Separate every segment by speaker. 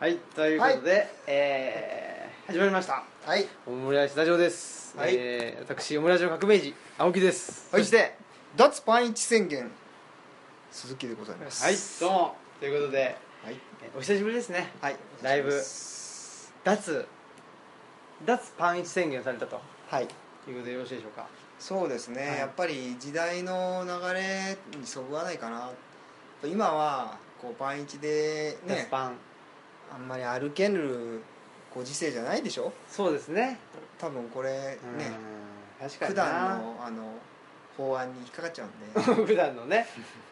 Speaker 1: はい、ということで、えー始まりました
Speaker 2: はい
Speaker 1: オムライスラジオです、
Speaker 2: はい
Speaker 1: えー私オムラジオ革命児青木です、
Speaker 2: はい
Speaker 1: そして
Speaker 2: 脱パンイチ宣言鈴木でございます
Speaker 1: はいどうもということで、
Speaker 2: はい
Speaker 1: えーお久しぶりですね
Speaker 2: はい
Speaker 1: ライブ
Speaker 2: は
Speaker 1: 脱脱パンイチ宣言をされたと
Speaker 2: い
Speaker 1: いうことでよろしいでしょうか
Speaker 2: そうですね、
Speaker 1: はい
Speaker 2: やっぱり時代の流れにそぐわないかな今はこうパンイチでね
Speaker 1: 脱パン
Speaker 2: あんまり歩けるご時世じゃないでしょ
Speaker 1: そうですね
Speaker 2: 多分これね
Speaker 1: うん確か
Speaker 2: 普
Speaker 1: にな
Speaker 2: 段のあの法案に引っかかっちゃうんで
Speaker 1: 普段のね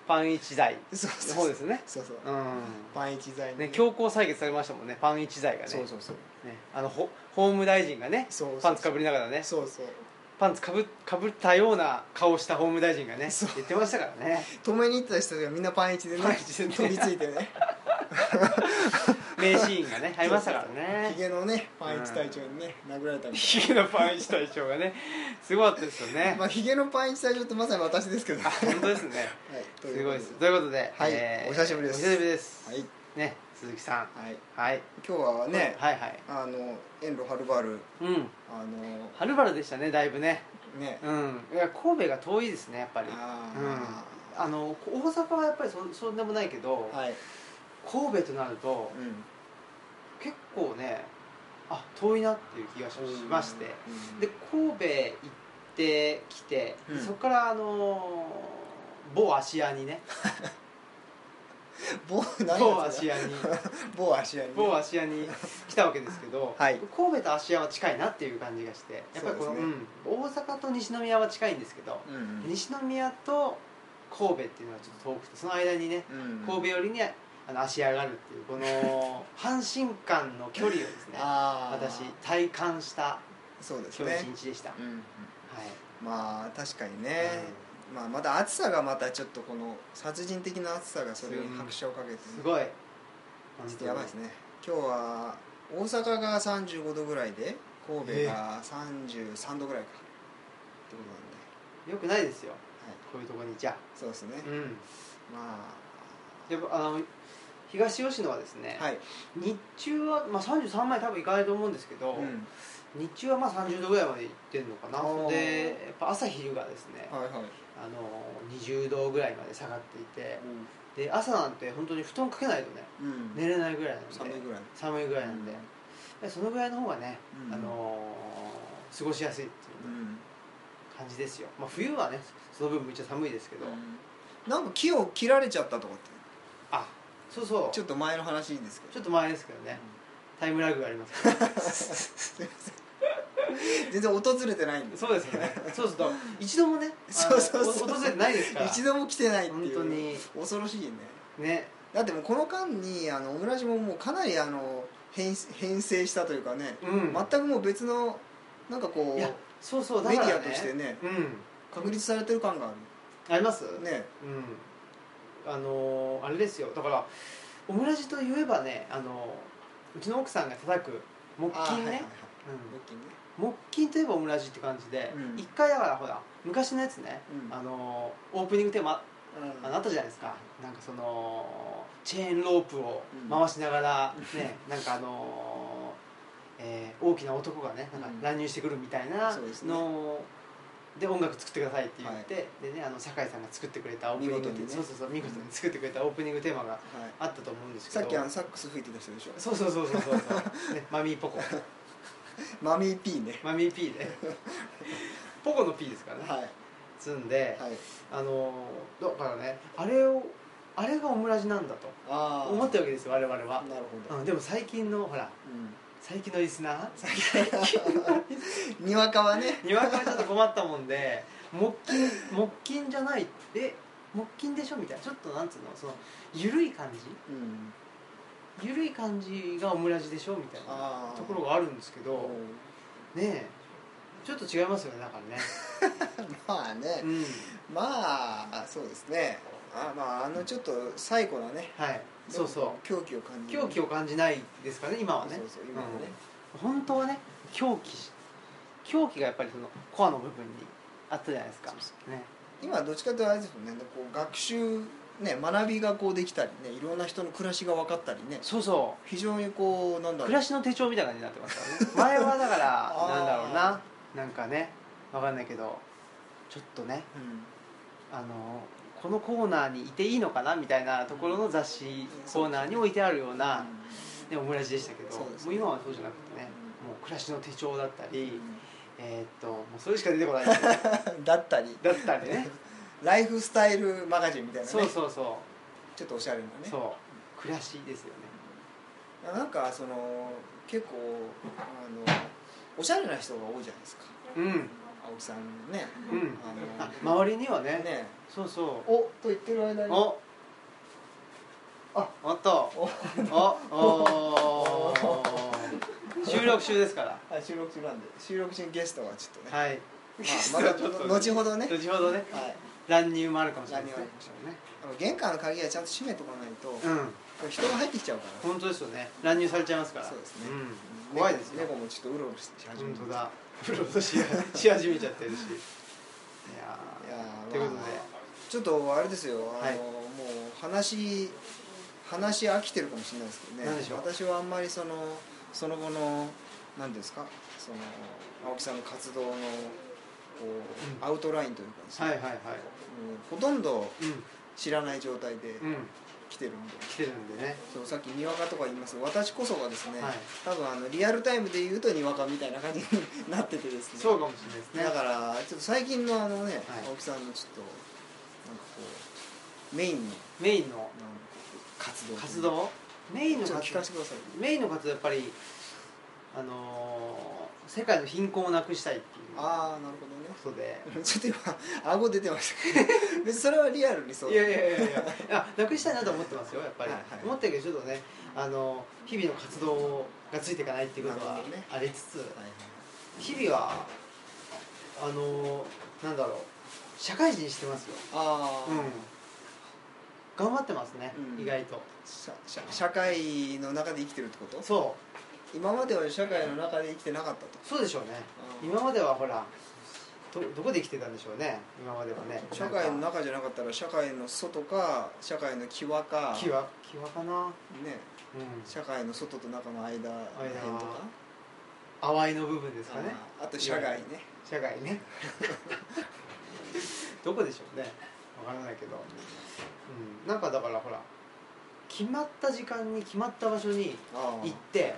Speaker 1: パン一台
Speaker 2: そう
Speaker 1: の
Speaker 2: そ
Speaker 1: 方
Speaker 2: う
Speaker 1: ですね
Speaker 2: そうそう
Speaker 1: う
Speaker 2: パンイチ罪
Speaker 1: ん
Speaker 2: に
Speaker 1: ね強行採決されましたもんねパン一台がね
Speaker 2: そうそうそう
Speaker 1: ねあのほ法務大臣がね
Speaker 2: そうそう
Speaker 1: パンツかぶりながらね
Speaker 2: そうそう
Speaker 1: パンツかぶかぶったような顔をした法務大臣がね
Speaker 2: そう
Speaker 1: 言ってましたから ね
Speaker 2: 止めに行った人がみんなパンイチでね
Speaker 1: パンイチでね
Speaker 2: 飛びついてね
Speaker 1: 名シーンがね入りましたから
Speaker 2: ヒ
Speaker 1: ね
Speaker 2: ゲのねパンイチ隊長にね殴られたみた
Speaker 1: ヒゲのパン一隊長がねすごかったですよ
Speaker 2: いな
Speaker 1: ね
Speaker 2: まあヒゲのパンイチ隊長ってまさに私ですけど
Speaker 1: あ
Speaker 2: は
Speaker 1: 本当ですね
Speaker 2: いと
Speaker 1: す
Speaker 2: う
Speaker 1: ごい
Speaker 2: こ
Speaker 1: で
Speaker 2: と
Speaker 1: すということで、
Speaker 2: はいお久しぶりです
Speaker 1: お久しぶりです、
Speaker 2: はい
Speaker 1: ね鈴木さん
Speaker 2: はい
Speaker 1: はい
Speaker 2: 今日はね
Speaker 1: はいはい
Speaker 2: あの遠路はるばる
Speaker 1: うん
Speaker 2: あの
Speaker 1: はるばるでしたねだいぶね
Speaker 2: ね
Speaker 1: うんいや神戸が遠いですねやっぱり
Speaker 2: あ
Speaker 1: うんあの大阪はやっぱりそそんでもないけど、
Speaker 2: ーはい
Speaker 1: 神戸となると
Speaker 2: う
Speaker 1: 結構ねあ遠いなっていう気がし
Speaker 2: ん
Speaker 1: しまして
Speaker 2: うん
Speaker 1: で神戸行ってきて、
Speaker 2: うん
Speaker 1: そこからあのー某芦屋にね
Speaker 2: 某何
Speaker 1: 某
Speaker 2: やつ
Speaker 1: 芦
Speaker 2: だ
Speaker 1: 屋 に
Speaker 2: 某芦屋に
Speaker 1: 某芦屋に来たわけですけど、
Speaker 2: はい
Speaker 1: 神戸と芦屋は近いなっていう感じがしてやっぱりこのう、
Speaker 2: そうですね
Speaker 1: ん、大阪と西宮は近いんですけど、
Speaker 2: うんうん
Speaker 1: 西宮と神戸っていうのはちょっと遠くてその間にね
Speaker 2: うん
Speaker 1: 神戸寄りにあの芦屋があるっていうこ の阪神間の距離をですね
Speaker 2: あー
Speaker 1: 私体感した
Speaker 2: そうです
Speaker 1: 今日一
Speaker 2: ね
Speaker 1: 日でした、
Speaker 2: うんうん
Speaker 1: はい
Speaker 2: まあ確かにねまあまだ暑さがまたちょっとこの殺人的な暑さがそれに拍車をかけてね
Speaker 1: すごい
Speaker 2: ちょっとやばいですね今日は大阪が35度ぐらいで神戸が33度ぐらいか、ってことなんで、
Speaker 1: よくないですよ
Speaker 2: はい、
Speaker 1: こういうとこにじゃ
Speaker 2: そうですね
Speaker 1: あ、うん
Speaker 2: ま
Speaker 1: であの東吉野はですね、
Speaker 2: あはい、
Speaker 1: 日中は、まあ、33枚多分行かないと思うんですけど、
Speaker 2: うん、
Speaker 1: 日中はまあ30度ぐらいまで行ってるのかな
Speaker 2: おー
Speaker 1: でやっぱ朝昼がですね
Speaker 2: はいはい
Speaker 1: あの20度ぐらいまで下がっていてで朝なんて本当に布団かけないとね
Speaker 2: うん、
Speaker 1: 寝れないぐらいなんで
Speaker 2: 寒いぐらい
Speaker 1: 寒いぐらいなんで、でそのぐらいの方がね、
Speaker 2: うん
Speaker 1: あのー過ごしやすいって
Speaker 2: う、
Speaker 1: いうん感じですよ、まあ、冬はねその分めっちゃ寒いですけど、
Speaker 2: なんか木を切られちゃったとかって
Speaker 1: あそうそう
Speaker 2: ちょっと前の話ですけど
Speaker 1: ちょっと前ですけどね、タイムラグがあり ますから
Speaker 2: 全然訪れてないんです
Speaker 1: そうですよねそうすると一度もねあの
Speaker 2: そうそうそう
Speaker 1: お訪れてないですから
Speaker 2: 一度も来てないってい
Speaker 1: 本
Speaker 2: う
Speaker 1: 当に
Speaker 2: 恐ろしいね
Speaker 1: ね
Speaker 2: だってもうこの間にあのオムラジももうかなりあの変変性したというかね、
Speaker 1: うん、
Speaker 2: 全くもう別のなんかこ
Speaker 1: いうやそうそうだ
Speaker 2: メ
Speaker 1: か
Speaker 2: デ
Speaker 1: ら、ね、
Speaker 2: ィアとしてね
Speaker 1: うん
Speaker 2: 確立されてる感があ
Speaker 1: あります
Speaker 2: るね
Speaker 1: うんあのーあれですよだからオムラジといえばねあのーうちの奥さんが叩く木
Speaker 2: あー
Speaker 1: 琴ね、
Speaker 2: はいはいは
Speaker 1: う
Speaker 2: い
Speaker 1: ん
Speaker 2: 木琴ね
Speaker 1: 木琴といえばオムラジって感じで
Speaker 2: うん
Speaker 1: 一、回だからほら昔のやつね、
Speaker 2: うん
Speaker 1: あのオープニングテーマ
Speaker 2: うん
Speaker 1: あのあったじゃないですかなんかそのチェーンロープを回しながら、 ねなんかあの、えー大きな男がねなんか
Speaker 2: うん
Speaker 1: 乱入してくるみたいな
Speaker 2: そうですね
Speaker 1: ので音楽作ってくださいって言って、でねあの酒井さんが作ってくれたオープニングテーマ、
Speaker 2: 見事にね
Speaker 1: そうそうそう見事に作ってくれたオープニングテーマが
Speaker 2: はい
Speaker 1: あったと思うんですけ
Speaker 2: さ
Speaker 1: ど
Speaker 2: っきあのサックス吹いてた人でしょ
Speaker 1: そうそうそう そうそうそう、ね、マミーポコ
Speaker 2: マミー P ね
Speaker 1: マミー P でポコの P ですからね
Speaker 2: はい
Speaker 1: 積んで、
Speaker 2: はい
Speaker 1: あのだからねあれをあれがオムラジなんだと
Speaker 2: ああ
Speaker 1: 思ったわけですよ我々は、
Speaker 2: なるほど
Speaker 1: うん、でも最近のほら
Speaker 2: う
Speaker 1: 最近のリスナー
Speaker 2: んにわかはね
Speaker 1: にわかはちょっと困ったもんで木琴木琴じゃないえ木琴でしょみたいなちょっとなんつうのその緩い感
Speaker 2: うん
Speaker 1: じ緩い感じがオムラジでしょみたいな
Speaker 2: あー
Speaker 1: ところがあるんですけどねえちょっと違いますよねだからね
Speaker 2: まあね
Speaker 1: うん
Speaker 2: まあそうですねあまああのちょっと最古なね
Speaker 1: はいそうそう
Speaker 2: 狂気を感じる
Speaker 1: 狂気を感じないですかね今はね
Speaker 2: そうそう今はね
Speaker 1: うん本当はね狂気し狂気がやっぱりそのコアの部分にあったじゃないですか
Speaker 2: そう
Speaker 1: ね
Speaker 2: 今どっちかというとあれですもんねこう学習ね、学びがこうできたりねいろんな人の暮らしが分かったりね
Speaker 1: そうそ
Speaker 2: 非常にこうなん
Speaker 1: う
Speaker 2: だろ
Speaker 1: 暮ら
Speaker 2: う
Speaker 1: しの手帳みたいな感じになってますから ね前はだから
Speaker 2: あー
Speaker 1: なんだろうななんかねわかんないけどちょっとね
Speaker 2: うん
Speaker 1: あのこのコーナーにいていいのかなみたいなところの雑誌コーナーに置いてあるような、ね、オムライスでしたけど
Speaker 2: そうです
Speaker 1: もう今はそうじゃなくてね
Speaker 2: うん
Speaker 1: もう暮らしの手帳だった
Speaker 2: う
Speaker 1: り、
Speaker 2: ん
Speaker 1: えーっともうそれしか出てこないですね
Speaker 2: だったり
Speaker 1: だったり ね
Speaker 2: ライフスタイルマガジンみたいなね
Speaker 1: そうそうそ
Speaker 2: ちょっとおしゃれなね
Speaker 1: う、そう暮らしですよね
Speaker 2: なんかその結構あのおしゃれな人が多いじゃないですか
Speaker 1: うん
Speaker 2: 青木さんね
Speaker 1: うん
Speaker 2: あ
Speaker 1: あ
Speaker 2: の
Speaker 1: 周りにはね
Speaker 2: ね
Speaker 1: そうそう
Speaker 2: おと言ってる間に
Speaker 1: お
Speaker 2: あ
Speaker 1: おっと
Speaker 2: お
Speaker 1: おお収録中ですから
Speaker 2: あ収録中なんで収録中にゲストがちょっとね、
Speaker 1: はい
Speaker 2: まあ、ま た後ほどね、
Speaker 1: 後ほどね
Speaker 2: はい、
Speaker 1: 乱入もあるかもしれないですね
Speaker 2: 乱入あの玄関の鍵はちゃんと閉めとかないと、こ
Speaker 1: うん
Speaker 2: れ人が入ってきちゃうから、
Speaker 1: 本当ですよね乱入されちゃいますから
Speaker 2: そうですね
Speaker 1: ん怖いですよ
Speaker 2: 猫猫もちょっとうろうろし始め
Speaker 1: 本
Speaker 2: て
Speaker 1: 当だプロと しし始めちゃってるしいや
Speaker 2: いやー
Speaker 1: ーということ
Speaker 2: ま
Speaker 1: で
Speaker 2: あちょっとあれですよあの、
Speaker 1: はい
Speaker 2: もう話話飽きてるかもしれないですけどね
Speaker 1: 何でしょう
Speaker 2: 私はあんまりそのその後の何ですかその青木さんの活動のこう、
Speaker 1: うん
Speaker 2: アウトラインというかですね
Speaker 1: はいはいはい
Speaker 2: うんほとんど
Speaker 1: う
Speaker 2: 知らない状態で
Speaker 1: んうん
Speaker 2: 来てるんで、
Speaker 1: 来てるんでね
Speaker 2: そうさっきにわかとか言いますが私こそがですね、
Speaker 1: はい
Speaker 2: 多分あのリアルタイムで言うとにわかみたいな感じになっててですね
Speaker 1: そうかもしれないですね
Speaker 2: だからちょっと最近のあのね、
Speaker 1: はい
Speaker 2: 青木さんのちょっとなんかこうメインの
Speaker 1: メインの
Speaker 2: なんか活動
Speaker 1: 活動メインの
Speaker 2: ちょっと
Speaker 1: 活
Speaker 2: 聞か
Speaker 1: 動
Speaker 2: せてください
Speaker 1: メインの活動やっぱりあのー世界の貧困をなくしたいっていうこ
Speaker 2: ああなるほどね
Speaker 1: と で
Speaker 2: ちょっと今顎出てましたけど別にそれはリアルにそう
Speaker 1: いやいやいやい やいやなくしたいなと思ってますよやっぱり、
Speaker 2: はいはい
Speaker 1: 思ってるけどちょっとねあの日々の活動がついていかないっていうこと
Speaker 2: な
Speaker 1: は
Speaker 2: るほどね
Speaker 1: ありつつ、
Speaker 2: はいはい
Speaker 1: 日々はあのなんだろう社会人してますよ、
Speaker 2: ああ、
Speaker 1: うん、頑張ってますね、
Speaker 2: うん
Speaker 1: 意外と
Speaker 2: 社社社会の中で生きてるってこと
Speaker 1: そう
Speaker 2: 今までは社会の中で生きてなかったと
Speaker 1: そうでしょうね
Speaker 2: うん
Speaker 1: 今まではほらどどこで生きてたんでしょうね今まではね
Speaker 2: 社会の
Speaker 1: なんか
Speaker 2: 中じゃなかったら社会の外か社会の際か
Speaker 1: 際際かな、うん、
Speaker 2: ね、社会の外と中の間間とか
Speaker 1: 淡いの部分ですかね
Speaker 2: あーあと社外ね
Speaker 1: 社会 ねどこでしょうねわからないけど、うん、なんかだからほら決まった時間に決まった場所に
Speaker 2: ああ、う
Speaker 1: 行
Speaker 2: ん
Speaker 1: って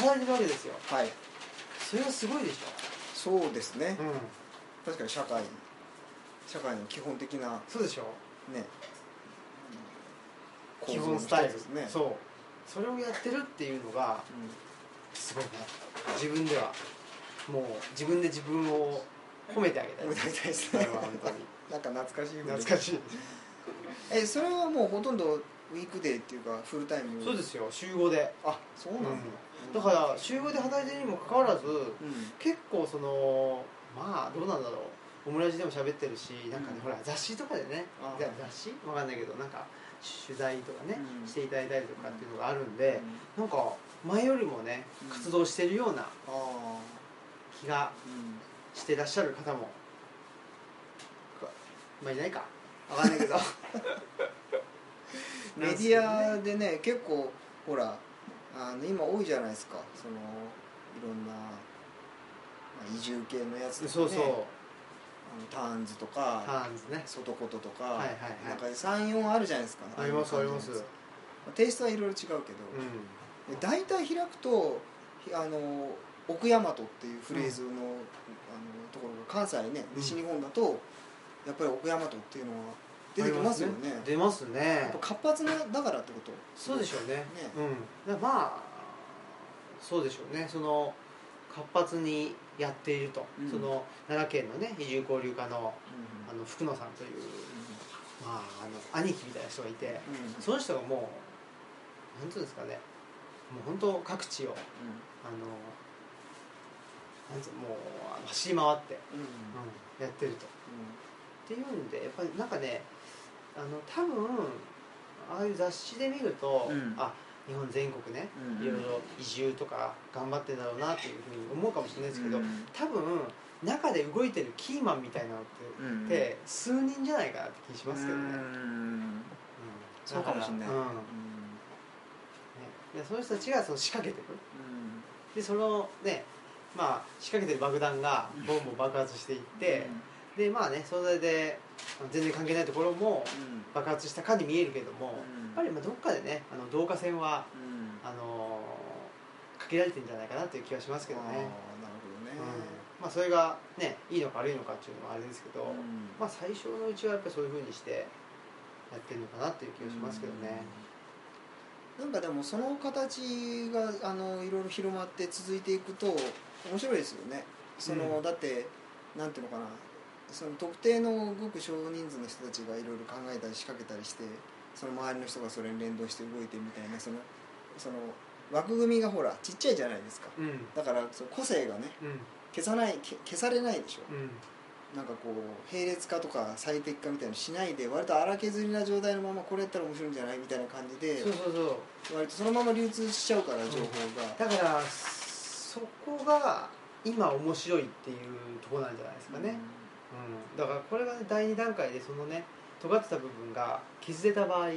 Speaker 1: 働いてるわけですよ
Speaker 2: はい
Speaker 1: それはすごいでし
Speaker 2: そうですね
Speaker 1: ょ、うん、
Speaker 2: 確かに社会社会の基本的な
Speaker 1: そうでしょ
Speaker 2: ね
Speaker 1: 基本スタイル
Speaker 2: 構造の一つですねう、
Speaker 1: そうそれをやってるっていうのがすごいね自分ではもう自分で自分を褒めてあげたい
Speaker 2: ん、
Speaker 1: で
Speaker 2: 歌い
Speaker 1: す
Speaker 2: たいです
Speaker 1: それ
Speaker 2: ね
Speaker 1: は本当に
Speaker 2: なん か懐かしい
Speaker 1: 懐か
Speaker 2: い
Speaker 1: しい
Speaker 2: えそれはもうほとんどウィークデーっていうかフルタイム
Speaker 1: そうですよ週5で、
Speaker 2: あそうなんだ、
Speaker 1: うんだから週5で働いてるにもかかわらず
Speaker 2: うん
Speaker 1: 結構そのまあどうなんだろうオムラジでも喋ってるしなんかね、
Speaker 2: うん
Speaker 1: ほら雑誌とかでね
Speaker 2: あー
Speaker 1: いや雑誌わかんないけどなんか取材とかね、
Speaker 2: うん
Speaker 1: していただいたりとかっていうのがあるんで、なんか前よりもね
Speaker 2: うん
Speaker 1: 活動してるような
Speaker 2: ああ
Speaker 1: 気が
Speaker 2: うん
Speaker 1: してらっしゃる方も、かまあいないかわかんないけど
Speaker 2: メディアでね結構ほらあの今多いじゃないですかそのいろんな、まあ、移住系のやつとか、ね、
Speaker 1: そうそう、
Speaker 2: あのターンズと
Speaker 1: タ
Speaker 2: か
Speaker 1: ーンズね
Speaker 2: 外こととか、
Speaker 1: はいはいはい
Speaker 2: なんか34あるじゃないですか
Speaker 1: ありますあ
Speaker 2: あ
Speaker 1: り
Speaker 2: の
Speaker 1: ますう
Speaker 2: まあテイストはいろいろ違うけど、
Speaker 1: ん
Speaker 2: 大体開くとひあの奥大和っていうフレーズの,、あのところが関西ね
Speaker 1: うん
Speaker 2: 西日本だと、やっぱり奥大和っていうのは出てきますよ
Speaker 1: あり
Speaker 2: ね
Speaker 1: 出ます
Speaker 2: や
Speaker 1: ね
Speaker 2: っぱ活発なだからってこと
Speaker 1: そうでしょうね
Speaker 2: ね
Speaker 1: うんだからまあそうでしょうねその活発にやっていると、
Speaker 2: うん
Speaker 1: その奈良県のね移住交流課の
Speaker 2: うん
Speaker 1: あの福野さんという、まあ、あの兄貴みたいな人がいて、
Speaker 2: うん
Speaker 1: その人がもうなんていうんですかねもう本当各地をあのなんつうもうあの走り回って、
Speaker 2: うん
Speaker 1: やってるとっていうんでやっぱりなんかねあの多分ああいう雑誌で見ると、
Speaker 2: うん
Speaker 1: あ日本全国ね
Speaker 2: うん
Speaker 1: いろいろ移住とか頑張ってんだろうなっていうふうに思うかもしれないですけど、
Speaker 2: うん
Speaker 1: 多分中で動いてるキーマンみたいなのって,、
Speaker 2: うん
Speaker 1: って数人じゃないかなって気しますけどね、う
Speaker 2: う
Speaker 1: ん
Speaker 2: んそうかもしんない
Speaker 1: だらうんねでその人たちがその仕掛けてくるでそのねまあ仕掛けてる爆弾がボンボン爆発していって、でまあねそれであの全然関係ないところも爆発したかに見えるけども、やっぱりまあどっかでねあの導火線はあのーかけられてんじゃないかなという気はしますけどね、うんまあ、それがねいいのか悪いのかっていうのもあれですけど、まあ、最初のうちはやっぱりそういうふうにしてやってるのかなっていう気がしますけどね、
Speaker 2: なんかでもその形があのいろいろ広まって続いていくと面白いですよねその、
Speaker 1: うん
Speaker 2: だってなんていうのかなその特定のごく少人数の人たちがいろいろ考えたり仕掛けたりしてその周りの人がそれに連動して動いてみたいなそのその枠組みがほらちっちゃいじゃないですか
Speaker 1: うんうん
Speaker 2: だからその個性がね消さない消消されないでしょ
Speaker 1: うん
Speaker 2: なんかこう並列化とか最適化みたいなのしないで割と荒削りな状態のままこれやったら面白いんじゃないみたいな感じで
Speaker 1: そうそうそう
Speaker 2: 割とそのまま流通しちゃうから情報が、
Speaker 1: だからそこが今面白いっていうところなんじゃないですかね、うんだからこれが、ね、第2段階でそのね尖ってた部分が削れた場合、ね、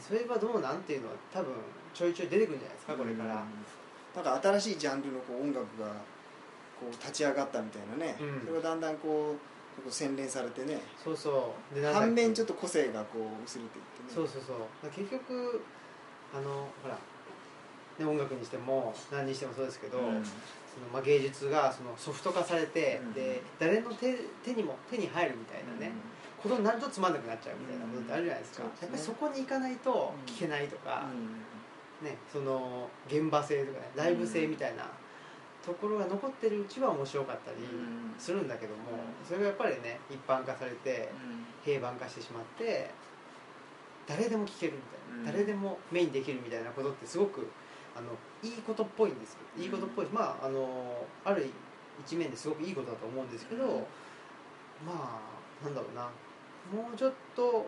Speaker 1: それはどうなんっていうのは多分ちょいちょい出てくるんじゃないですかこれから、
Speaker 2: うんなんか新しいジャンルのこう音楽がこう立ち上がったみたいなね、
Speaker 1: うん
Speaker 2: それがだんだんこうこう洗練されてね
Speaker 1: そうそうでなんだっけ
Speaker 2: 反面ちょっと個性がこう薄れていってね
Speaker 1: そうそうそうだから結局あのほら、ね、音楽にしても何にしてもそうですけど、
Speaker 2: うん
Speaker 1: そのまあ、芸術がそのソフト化されて、
Speaker 2: うん
Speaker 1: で誰の手手にも手に入るみたいなね、ことになるとつまんなくなっちゃうみたいなことってあるじゃないですか、
Speaker 2: うんそうです
Speaker 1: や
Speaker 2: ね
Speaker 1: っぱりそこに行かないと
Speaker 2: うん
Speaker 1: 聞けないとか、
Speaker 2: う
Speaker 1: ね、その現場性とかねライブ性みたいなところが残ってるうちは面白かったり
Speaker 2: うん
Speaker 1: するんだけども、
Speaker 2: うん
Speaker 1: それがやっぱりね一般化されて
Speaker 2: ん
Speaker 1: 平板化してしまって誰でも聞けるみたいな、
Speaker 2: うん
Speaker 1: 誰でもメインできるみたいなことってすごくあのいいことっぽいんですよいいことっぽい、まああのある一面ですごくいいことだと思うんですけど、
Speaker 2: うん
Speaker 1: まあなんだろうなもうちょっと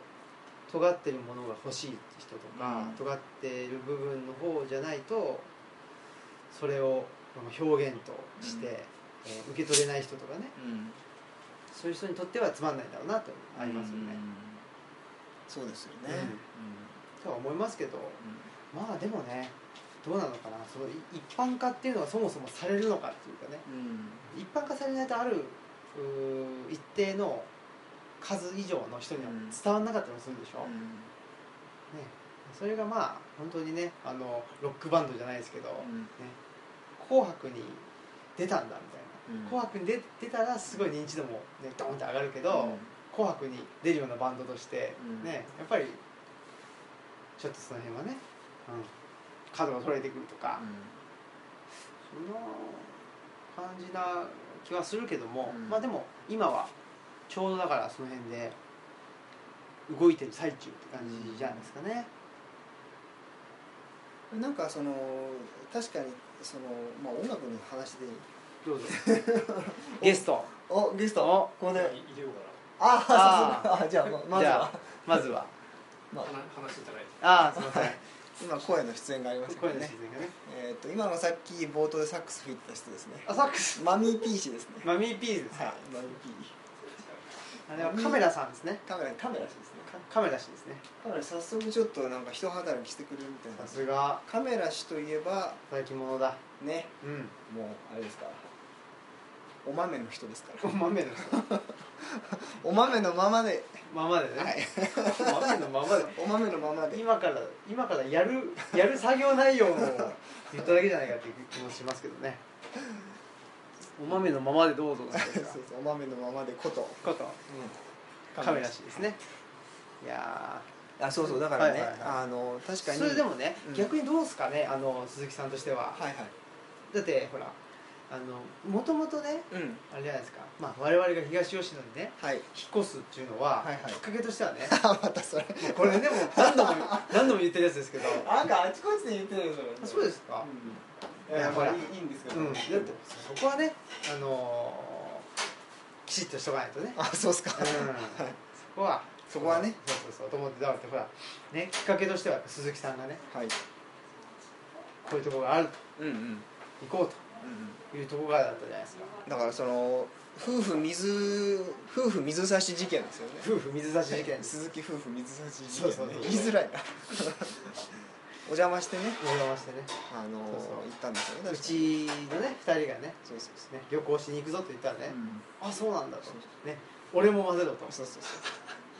Speaker 1: 尖ってるものが欲しい人とか、
Speaker 2: うん
Speaker 1: 尖ってる部分の方じゃないとそれを表現として、
Speaker 2: うん
Speaker 1: えー受け取れない人とかね
Speaker 2: うん
Speaker 1: そういう人にとってはつまんないんだろうなとありますよね。
Speaker 2: うんそうですよね、
Speaker 1: うんとは思いますけどまあでもねどうなのかなそのい一般化っていうのはそもそもされるのかっていうかね
Speaker 2: うんうん
Speaker 1: 一般化されないとあるうー一定の数以上の人には
Speaker 2: うん
Speaker 1: 伝わらなかったりもするでしょ、
Speaker 2: う
Speaker 1: ね、
Speaker 2: ん
Speaker 1: それがまあ本当にねあのロックバンドじゃないですけど
Speaker 2: うん
Speaker 1: 「紅白」に出たんだみたいな。
Speaker 2: うん
Speaker 1: 紅白に出出たらすごい認知度も、ね、ドーンって上がるけど、紅白に出るようなバンドとして、
Speaker 2: うん
Speaker 1: ねやっぱりちょっとその辺はね、うん、角が取れてくるとか、そんな感じな気はするけども、
Speaker 2: うん
Speaker 1: まあでも今はちょうどだからその辺で動いてる最中って感じじゃないですかね。
Speaker 2: うんなんかその確かにその、まあ、音楽の話で
Speaker 1: どうぞ ゲスト
Speaker 2: おゲス
Speaker 1: お
Speaker 2: トここ
Speaker 3: 入
Speaker 2: で
Speaker 3: れようか
Speaker 2: あ
Speaker 1: あ
Speaker 2: ああじゃあままず
Speaker 1: じゃ
Speaker 2: は
Speaker 1: あまずは
Speaker 2: まあ
Speaker 3: な話話してたらいい
Speaker 1: ああすいません
Speaker 2: 今声の出演がありましたけ
Speaker 1: 声
Speaker 2: ど
Speaker 1: の自
Speaker 2: ね、
Speaker 1: 然がね
Speaker 2: えー、と今のさっき冒頭でサックス吹いてた人ですね
Speaker 1: あサックス
Speaker 2: マミーピー氏ですね
Speaker 1: マミーピーズです
Speaker 2: は
Speaker 1: か、
Speaker 2: いマミーピー
Speaker 1: あれはカメラさんですね
Speaker 2: カメラカメラ氏ですね
Speaker 1: かカメラ氏ですね
Speaker 2: カメラ早速ちょっとなんか人肌にしてくれるみたい
Speaker 1: さ
Speaker 2: な
Speaker 1: すが
Speaker 2: カメラ氏といえば
Speaker 1: 働き者だ
Speaker 2: ね
Speaker 1: うん
Speaker 2: もうあれですからお豆の人ですから
Speaker 1: お豆の人
Speaker 2: お豆のままで、
Speaker 1: ままでね、
Speaker 2: はい、
Speaker 1: お豆のままで
Speaker 2: お豆のままで
Speaker 1: 今から今からや るやる作業内容を言っただけじゃないかっていう気もしますけどねお豆のままでどうぞなんです
Speaker 2: そう
Speaker 1: が
Speaker 2: そうお豆のままでこと、
Speaker 1: ことカメラ氏ですねいや
Speaker 2: あそうそうだからね、
Speaker 1: はいはいはい
Speaker 2: あの
Speaker 1: ー
Speaker 2: 確かに
Speaker 1: それでもね、
Speaker 2: うん
Speaker 1: 逆にどうですかねあの鈴木さんとしては、
Speaker 2: はいはい
Speaker 1: だってほらあのもともとね
Speaker 2: うん
Speaker 1: あれじゃないですか、まあ、我々が東吉野にね
Speaker 2: はい
Speaker 1: 引っ越すっていうのは、
Speaker 2: はいはい
Speaker 1: きっかけとしてはね
Speaker 2: あまたそれ
Speaker 1: もうこれねもう何度も何度も言ってるやつですけど
Speaker 2: なんかあちこちで言ってるでしょ
Speaker 1: あそうですか、
Speaker 2: うんいや
Speaker 1: ほ
Speaker 2: ま
Speaker 1: ら
Speaker 2: あいいいいんですけど、
Speaker 1: うん、だってそこはね、あのーきちっとしとかないとね、
Speaker 2: あそうっすか、
Speaker 1: うん、そこは
Speaker 2: そこはね
Speaker 1: そうそうそうと思ってだってほらねきっかけとしてはやっぱ鈴木さんがね
Speaker 2: はい
Speaker 1: こういうところがある
Speaker 2: うんうん
Speaker 1: 行こうというとこからだったじゃないですか
Speaker 2: だからその夫婦水夫婦水差し事件ですよね
Speaker 1: 夫婦水差し事件です
Speaker 2: 鈴木夫婦水差し事
Speaker 1: そうそう
Speaker 2: 件ね
Speaker 1: そう
Speaker 2: 言いづらいな お邪魔してね
Speaker 1: お邪魔してね
Speaker 2: あの
Speaker 1: そうそう
Speaker 2: 行ったんですよね確か
Speaker 1: う
Speaker 2: に
Speaker 1: ちのね2人がね
Speaker 2: そうそうそ
Speaker 1: ね旅行しに行くぞと言ったらね
Speaker 2: う、うん
Speaker 1: あそうなんだと
Speaker 2: そう
Speaker 1: ね俺も混ぜろと
Speaker 2: そうそうそ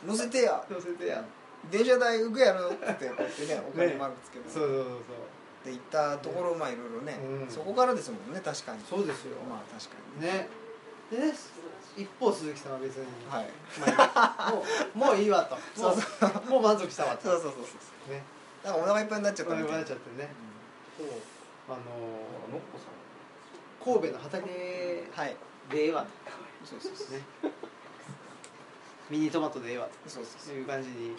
Speaker 2: う乗せてや
Speaker 1: 乗せてや
Speaker 2: 電車代浮くやろって こうやってねお金マークつけて
Speaker 1: そうそうそう
Speaker 2: って行ったところまあいろいろね
Speaker 1: うん
Speaker 2: そこからですもんね確かに
Speaker 1: そうそうですよ、
Speaker 2: まあ確かに
Speaker 1: ねでね一方鈴木さんは別に、
Speaker 2: はい
Speaker 1: まあ、もうもういいわともうもう満足したわと
Speaker 2: そうそうそうそう
Speaker 1: ね
Speaker 2: なんかお腹いっぱいになっち
Speaker 1: ち
Speaker 2: ゃ
Speaker 1: ょ
Speaker 2: っ
Speaker 1: ったと
Speaker 2: み
Speaker 1: 迷
Speaker 2: たいな
Speaker 1: っちゃってねそうあのー
Speaker 3: ノッコさん
Speaker 1: 神戸の畑
Speaker 2: うんはい
Speaker 1: でええわ
Speaker 2: そうそうそう
Speaker 1: とねミニトマトでええわ
Speaker 2: そうそ
Speaker 1: と
Speaker 2: う
Speaker 1: いう感じに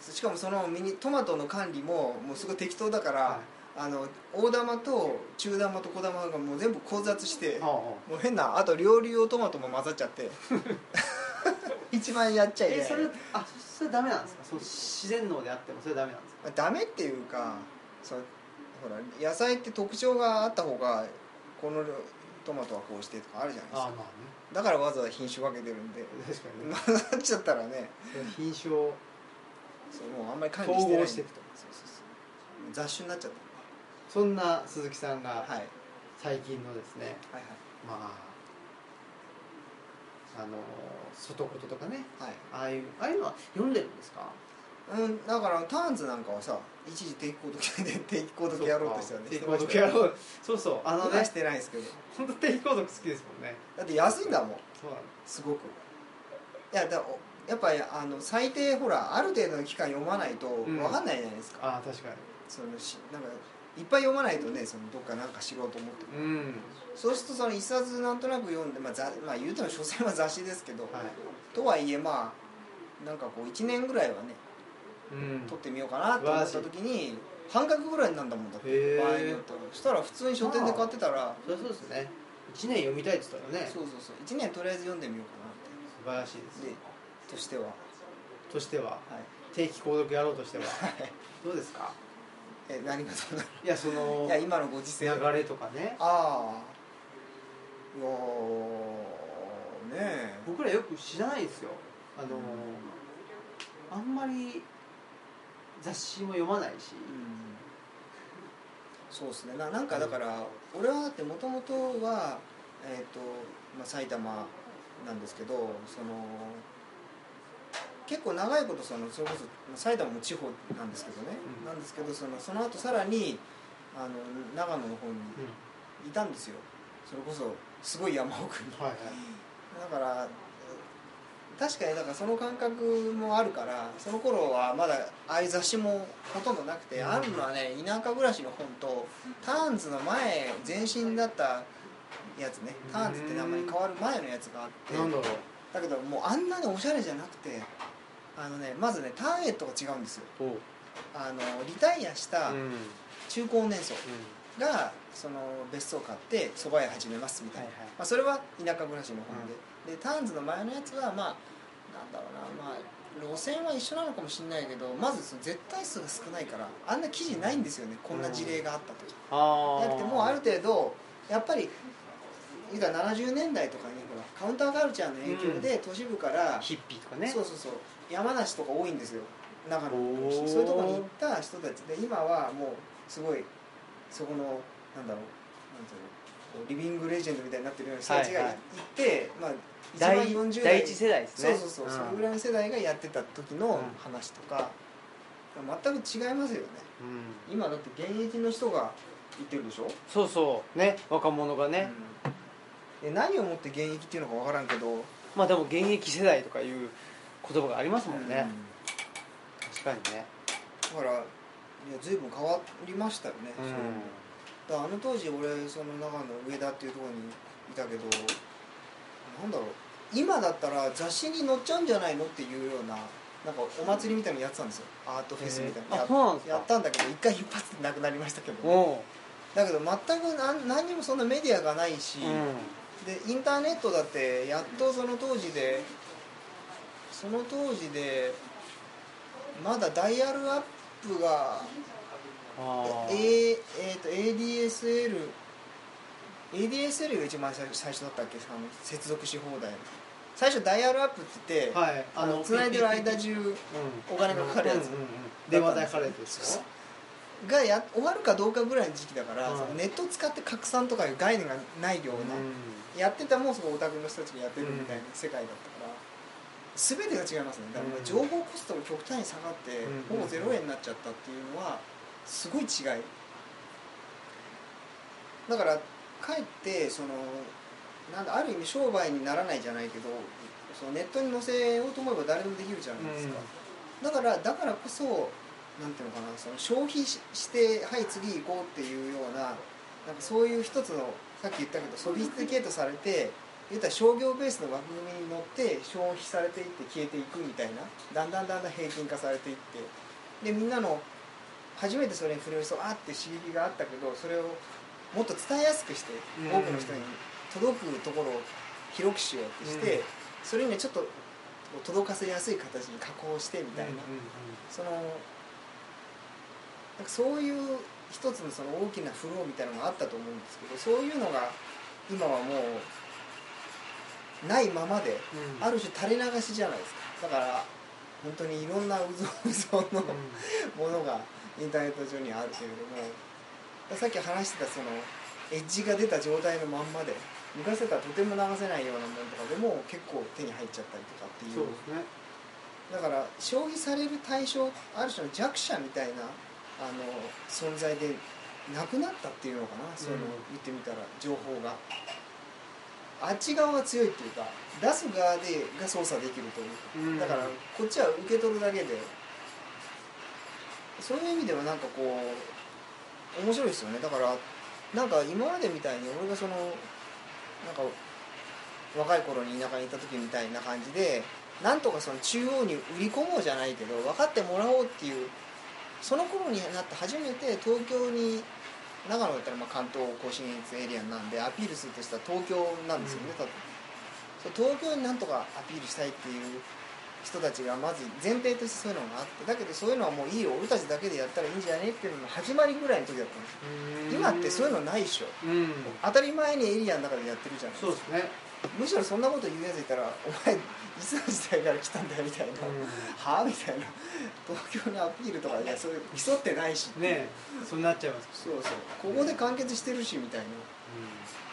Speaker 2: そうしかもそのミニトマトの管理ももうすごい適当だから、
Speaker 1: は
Speaker 2: あの大玉と中玉と小玉がもう全部交雑して
Speaker 1: いはあはあ
Speaker 2: もう変なあと料理用トマトも混ざっちゃって 一番やっちゃいけ
Speaker 1: え
Speaker 2: ない
Speaker 1: それあそれダメなんですかその自然農であってもそれダメなんですか
Speaker 2: ダメっていうかそうほら野菜って特徴があった方がこのトマトはこうしてとかあるじゃないですか
Speaker 1: ま
Speaker 2: だからわざわざ品種分けてるんで
Speaker 1: あね確かにね
Speaker 2: 混ざっちゃったらね
Speaker 1: 品種を
Speaker 2: そうもうあんまり管理してない
Speaker 1: 統
Speaker 2: ん
Speaker 1: 合
Speaker 2: で
Speaker 1: していく
Speaker 2: そうそうそう雑種になっちゃっ
Speaker 1: そんな鈴木さん
Speaker 2: た、
Speaker 1: が
Speaker 2: はい、はい
Speaker 1: 最近のですね
Speaker 2: はい
Speaker 1: まああの外事とかね
Speaker 2: はい
Speaker 1: ああいうああいうのは読んでるんですか
Speaker 2: うん、だからターンズなんかはさ一時定期購読で定期購読やろうとしたよね
Speaker 1: 定期購読や
Speaker 2: う
Speaker 1: ろうそうそうあ
Speaker 2: あ
Speaker 1: の
Speaker 2: のね
Speaker 1: ね
Speaker 2: してないですけど
Speaker 1: 本当定期購読好きですもんね
Speaker 2: だって安いんだもん
Speaker 1: そうなん
Speaker 2: すごくいやだおやっぱりあの最低ほらある程度の期間読まないと
Speaker 1: ん
Speaker 2: 分かんないじゃないですか、
Speaker 1: ああ確か
Speaker 2: そのしなんかいっぱい読まないとねそのどっかなんか知ろうと思って
Speaker 1: にうん
Speaker 2: そうするとその一冊なんとなく読んで、まあ、ざまあ言うても所詮は雑誌ですけど、
Speaker 1: はい
Speaker 2: とはいえまあなんかこう1年ぐらいはね
Speaker 1: うん
Speaker 2: 取ってみようかなと思った時に半額ぐらいになんだもんだっ
Speaker 1: へ
Speaker 2: て
Speaker 1: ー
Speaker 2: 場合によってはそしたら普通に書店で買ってたら
Speaker 1: そりゃそうですね一年読みたいって言ったらね
Speaker 2: そうそうそう1年とりあえず読んでみようかなっ
Speaker 1: 素晴らしいです
Speaker 2: てでとしては、はい、
Speaker 1: としては定期購読やろうとしてはどうですか
Speaker 2: え何がそんない
Speaker 1: やその
Speaker 2: いや今のご時
Speaker 1: 流
Speaker 2: 世あ
Speaker 1: れとかね
Speaker 2: あいやーねえ
Speaker 1: 僕らよく知らないですよあのあんまり雑誌も読まないし
Speaker 2: うんそうですねななんかだから俺はだってもともとは、えーとまあ、埼玉なんですけどその結構長いことそのそれこそまあ埼玉も地方なんですけどね、
Speaker 1: うん
Speaker 2: なんですけどそのその後さらにあの長野の方に
Speaker 1: う
Speaker 2: いたんですよそれこそすごい山奥に
Speaker 1: んはいはい
Speaker 2: だから確かにだからその感覚もあるからその頃はまだああいう雑誌もほとんどなくて、
Speaker 1: うん
Speaker 2: あるのはね田舎暮らしの本とターンズの前前身だったやつねターンズって名前変わる前のやつがあって
Speaker 1: なんだろう
Speaker 2: だけどもうあんなにおしゃれじゃなくてあのねまずねターンエットが違うんですよ
Speaker 1: おう
Speaker 2: あのリタイアした
Speaker 1: うんうん
Speaker 2: 中高年層がその別荘買って蕎麦屋始めますみたいな、
Speaker 1: はいはい
Speaker 2: まあ、それは田舎暮らしの本で,、でターンズの前のやつはまあなんだろうなまあ路線は一緒なのかもしれないけどまずその絶対数が少ないからあんな記事ないんですよねこんな事例があったとか、
Speaker 1: ああ
Speaker 2: なくてもうある程度やっぱり言うたら70年代とかにほらカウンターカルチャーの影響で都市部から、
Speaker 1: ヒッピーとかね
Speaker 2: そうそうそう山梨とか多いんですよ長野
Speaker 1: おー
Speaker 2: そういうとこに行った人たちで今はもうすごいそこのなんだろうなんていうのこうリビングレジェンドみたいになってるような人たちが
Speaker 1: はいは
Speaker 2: 行
Speaker 1: い
Speaker 2: って、まあ一
Speaker 1: 第
Speaker 2: 番40代
Speaker 1: 第一世代です
Speaker 2: そう
Speaker 1: ね
Speaker 2: そうそう、
Speaker 1: ん
Speaker 2: そのぐらいの世代がやってた時の
Speaker 1: うん
Speaker 2: 話とか、全く違いますよね
Speaker 1: うん
Speaker 2: 今だって現役の人が行ってるでしょ、
Speaker 1: そうそうね若者がね
Speaker 2: うんで何をもって現役っていうのか分からんけど、
Speaker 1: まあでも現役世代とかいう言葉がありますもんね
Speaker 2: うん
Speaker 1: 確かにね
Speaker 2: だからいや随分変わりましたよね、
Speaker 1: うん
Speaker 2: そうだからあの当時俺その長野上田っていうところにいたけどなんだろう今だったら雑誌に載っちゃうんじゃないのっていうようななんかお祭りみたいなのやってたんですよアートフェスみたいなの
Speaker 1: へーあ
Speaker 2: や
Speaker 1: そうなんですか
Speaker 2: やったんだけど一回一発でなくなりましたけど、
Speaker 1: おう
Speaker 2: だけど全く何何にもそんなメディアがないし、
Speaker 1: う
Speaker 2: でインターネットだってやっとその当時でその当時でまだダイヤルアップが
Speaker 1: んああ
Speaker 2: A えー、と ADSL ADSL が一番最初最初だったっけあの接続し放題最初ダイヤルアップって言って
Speaker 1: はい
Speaker 2: あの繋いでる間中
Speaker 1: う
Speaker 2: お金がかかるやつ
Speaker 1: うんうんうん電話代かかるやつですよ
Speaker 2: がや終わるかどうかぐらいの時期だから、
Speaker 1: うん
Speaker 2: そのネット使って拡散とかいう概念がないような、やってたもんそこオタクの人たちがやってるみたいな世界だったから、全てが違いますねだから
Speaker 1: うん
Speaker 2: 情報コストが極端に下がって、
Speaker 1: うん
Speaker 2: ほぼ0円になっちゃったっていうのはすごい違いだからかえってそのなんだある意味商売にならないじゃないけどそのネットに載せようと思えば誰でもできるじゃないですか、だからだからこそなんていうのかなその消費ししてはい次行こうっていうようななんかそういう一つのさっき言ったけどソフィスティケートされて言ったら商業ベースの枠組みに乗って消費されていって消えていくみたいなだんだんだんだん平均化されていってでみんなの初めてそれに触れる人あって刺激があったけどそれをもっと伝えやすくして
Speaker 1: うん
Speaker 2: 多くの人に届くところを広くしようとし
Speaker 1: う
Speaker 2: て、
Speaker 1: ん
Speaker 2: それにはちょっと届かせやすい形に加工してみたいな、そのなんかそういう一つのその大きなフローみたいなのがあったと思うんですけどそういうのが今はもうないままであ
Speaker 1: る
Speaker 2: る種垂れ流しじゃないですかだから本当にいろんなうぞうぞのものがインターネット上にはあるけれどもだからさっき話してたそのエッジが出た状態のまんまで昔だったらとても流せないようなものとかでも結構手に入っちゃったりとかっていう
Speaker 1: そうですね
Speaker 2: だから消費される対象ある種の弱者みたいなあの存在でなくなったっていうのかな、その
Speaker 1: うん
Speaker 2: 言ってみたら情報があっち側が強いっていうか出す側でが操作できるというか、
Speaker 1: うん
Speaker 2: だからこっちは受け取るだけでそういう意味ではなんかこう面白いですよねだからなんか今までみたいに俺がそのなんか若い頃に田舎にいた時みたいな感じでなんとかその中央に売り込もうじゃないけど分かってもらおうっていうその頃になって初めて東京に長野だったらまあ関東甲信越エリアなんでアピールするとしたら東京なんですよね、
Speaker 1: うん
Speaker 2: 多分そう東京になんとかアピールしたいっていう人たちがまず前提としてそういうのがあってだけどそういうのはもういいよ俺たちだけでやったらいいんじゃねっていうのの始まりぐらいの時だったんですよ今ってそういうのないでしょ
Speaker 1: うん
Speaker 2: 当たり前にエリアの中でやってるじゃないですか
Speaker 1: そうですね
Speaker 2: むしろそんなこと言うやついたら「お前いつの時代から来たんだよ」みたいな「はあ?」みたいな東京のアピールとかいやそういう競ってないし
Speaker 1: ねえそうなっちゃいます
Speaker 2: そうそうここで完結してるしみたい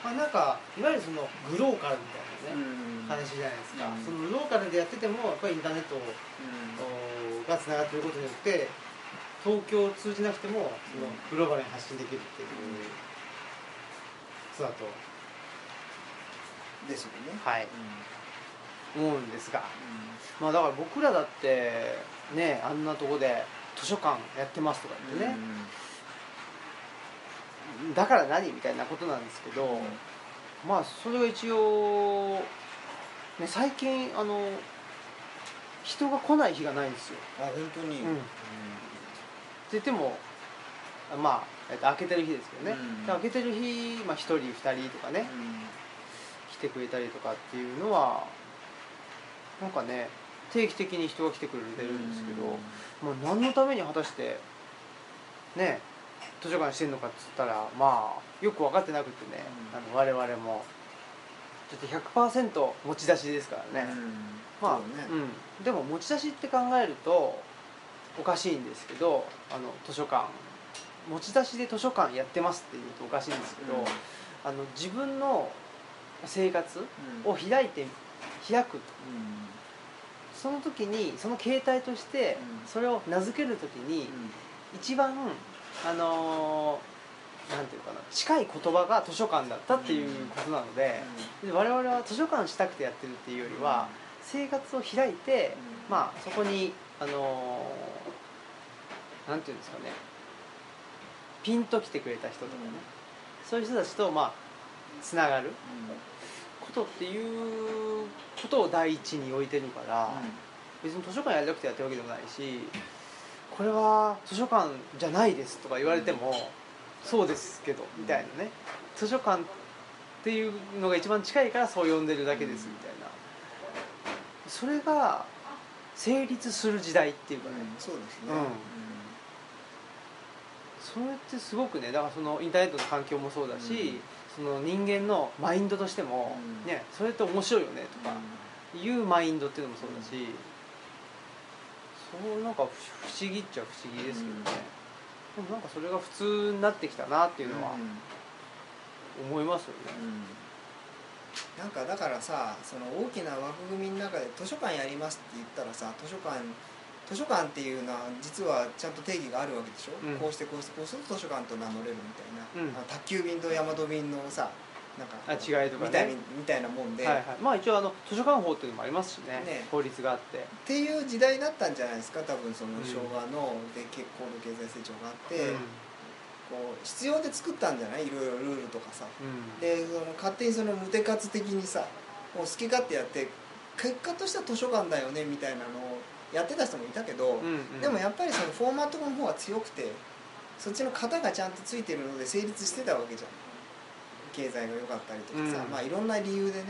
Speaker 1: まあなんかいわゆるそのグローカルみた
Speaker 2: な、
Speaker 1: いなね
Speaker 2: ん
Speaker 1: 話じゃないですか
Speaker 2: うん
Speaker 1: そのローカルでやっててもやっぱりインターネットをおがつながっていることによって東京を通じなくてもそのグローバルに発信できるっていうことだと、
Speaker 2: ですよね
Speaker 1: はい
Speaker 2: うん
Speaker 1: 思うんですがまあだから僕らだってねあんなとこで図書館やってますとか言ってね、だから何みたいなことなんですけど、
Speaker 2: うん
Speaker 1: まあそれが一応、ね、最近あの人が来ない日がないんですよ
Speaker 2: あ本当に、
Speaker 1: うんって言ってもあまあ、えっと、開けてる日ですけどね、
Speaker 2: うん
Speaker 1: で開けてる日、まあ、1人2人とかね、来てくれたりとかっていうのはなんかね定期的に人が来てくれてるんですけど、まあ、何のために果たしてね図書館してんのかっつったらまあよく分かってなくてね、
Speaker 2: う
Speaker 1: あの我々もちょっと100%持ち出しですからね、まあ
Speaker 2: そうね
Speaker 1: うん、でも持ち出しって考えるとおかしいんですけどあの図書館持ち出しで図書館やってますって言うとおかしいんですけど、あの自分の生活を開いて開くその時にその形態として
Speaker 2: うん
Speaker 1: それを名付ける時に一番あのーなんていうかな近い言葉が図書館だったっていうことなのでで我々は図書館したくてやってるっていうよりは生活を開いてまあそこにあのーなんていうんですかねピンと来てくれた人とかねそういう人たちとまあつながることっていうことを第一に置いてるから、別に図書館やりたくてやってるわけでもないしこれは図書館じゃないですとか言われても、そうですけどみたいなね図書館っていうのが一番近いからそう呼んでるだけですみたいなそれが成立する時代っていうかね、
Speaker 2: そうですね
Speaker 1: それってすごくねだからそのインターネットの環境もそうだし、
Speaker 2: うん
Speaker 1: その人間のマインドとしても、
Speaker 2: うん
Speaker 1: ね、それって面白いよねとかいうマインドっていうのもそうだし、そうなんか不思議っちゃ不思議ですけどね、でもなんかそれが普通になってきたなっていうのは
Speaker 2: うん
Speaker 1: 思いますよね。
Speaker 2: なんかだからさその大きな枠組みの中で図書館やりますって言ったらさ図書館図書館っていうのは実はちゃんと定義があるわけでしょ、
Speaker 1: うん
Speaker 2: こうしてこうしてこうすると図書館と名乗れるみたいな、
Speaker 1: うん
Speaker 2: あの宅急便と大和便のさなんか
Speaker 1: あ違いとかね
Speaker 2: みたいにみたいなもんで、
Speaker 1: はいは
Speaker 2: っ
Speaker 1: い、まあ一応あの図書館法っていうのもありますしね
Speaker 2: ね
Speaker 1: 法律があって、
Speaker 2: ていう時代だったんじゃないですか多分その
Speaker 1: うん
Speaker 2: 昭和の、で結構の経済成長があっ
Speaker 1: う
Speaker 2: て、
Speaker 1: ん
Speaker 2: こう必要で作ったんじゃないいろいろルールとかさ、
Speaker 1: うん
Speaker 2: でその勝手にその無手活的にさもう好き勝手やって結果としては図書館だよねみたいなのをやってた人もいたけ
Speaker 1: う
Speaker 2: ど、
Speaker 1: んうん
Speaker 2: でもやっぱりそのフォーマットの方が強くてそっちの型がちゃんとついてるので成立してたわけじゃん経済が良かったりとかさ、
Speaker 1: うん
Speaker 2: まあいろんな理由でね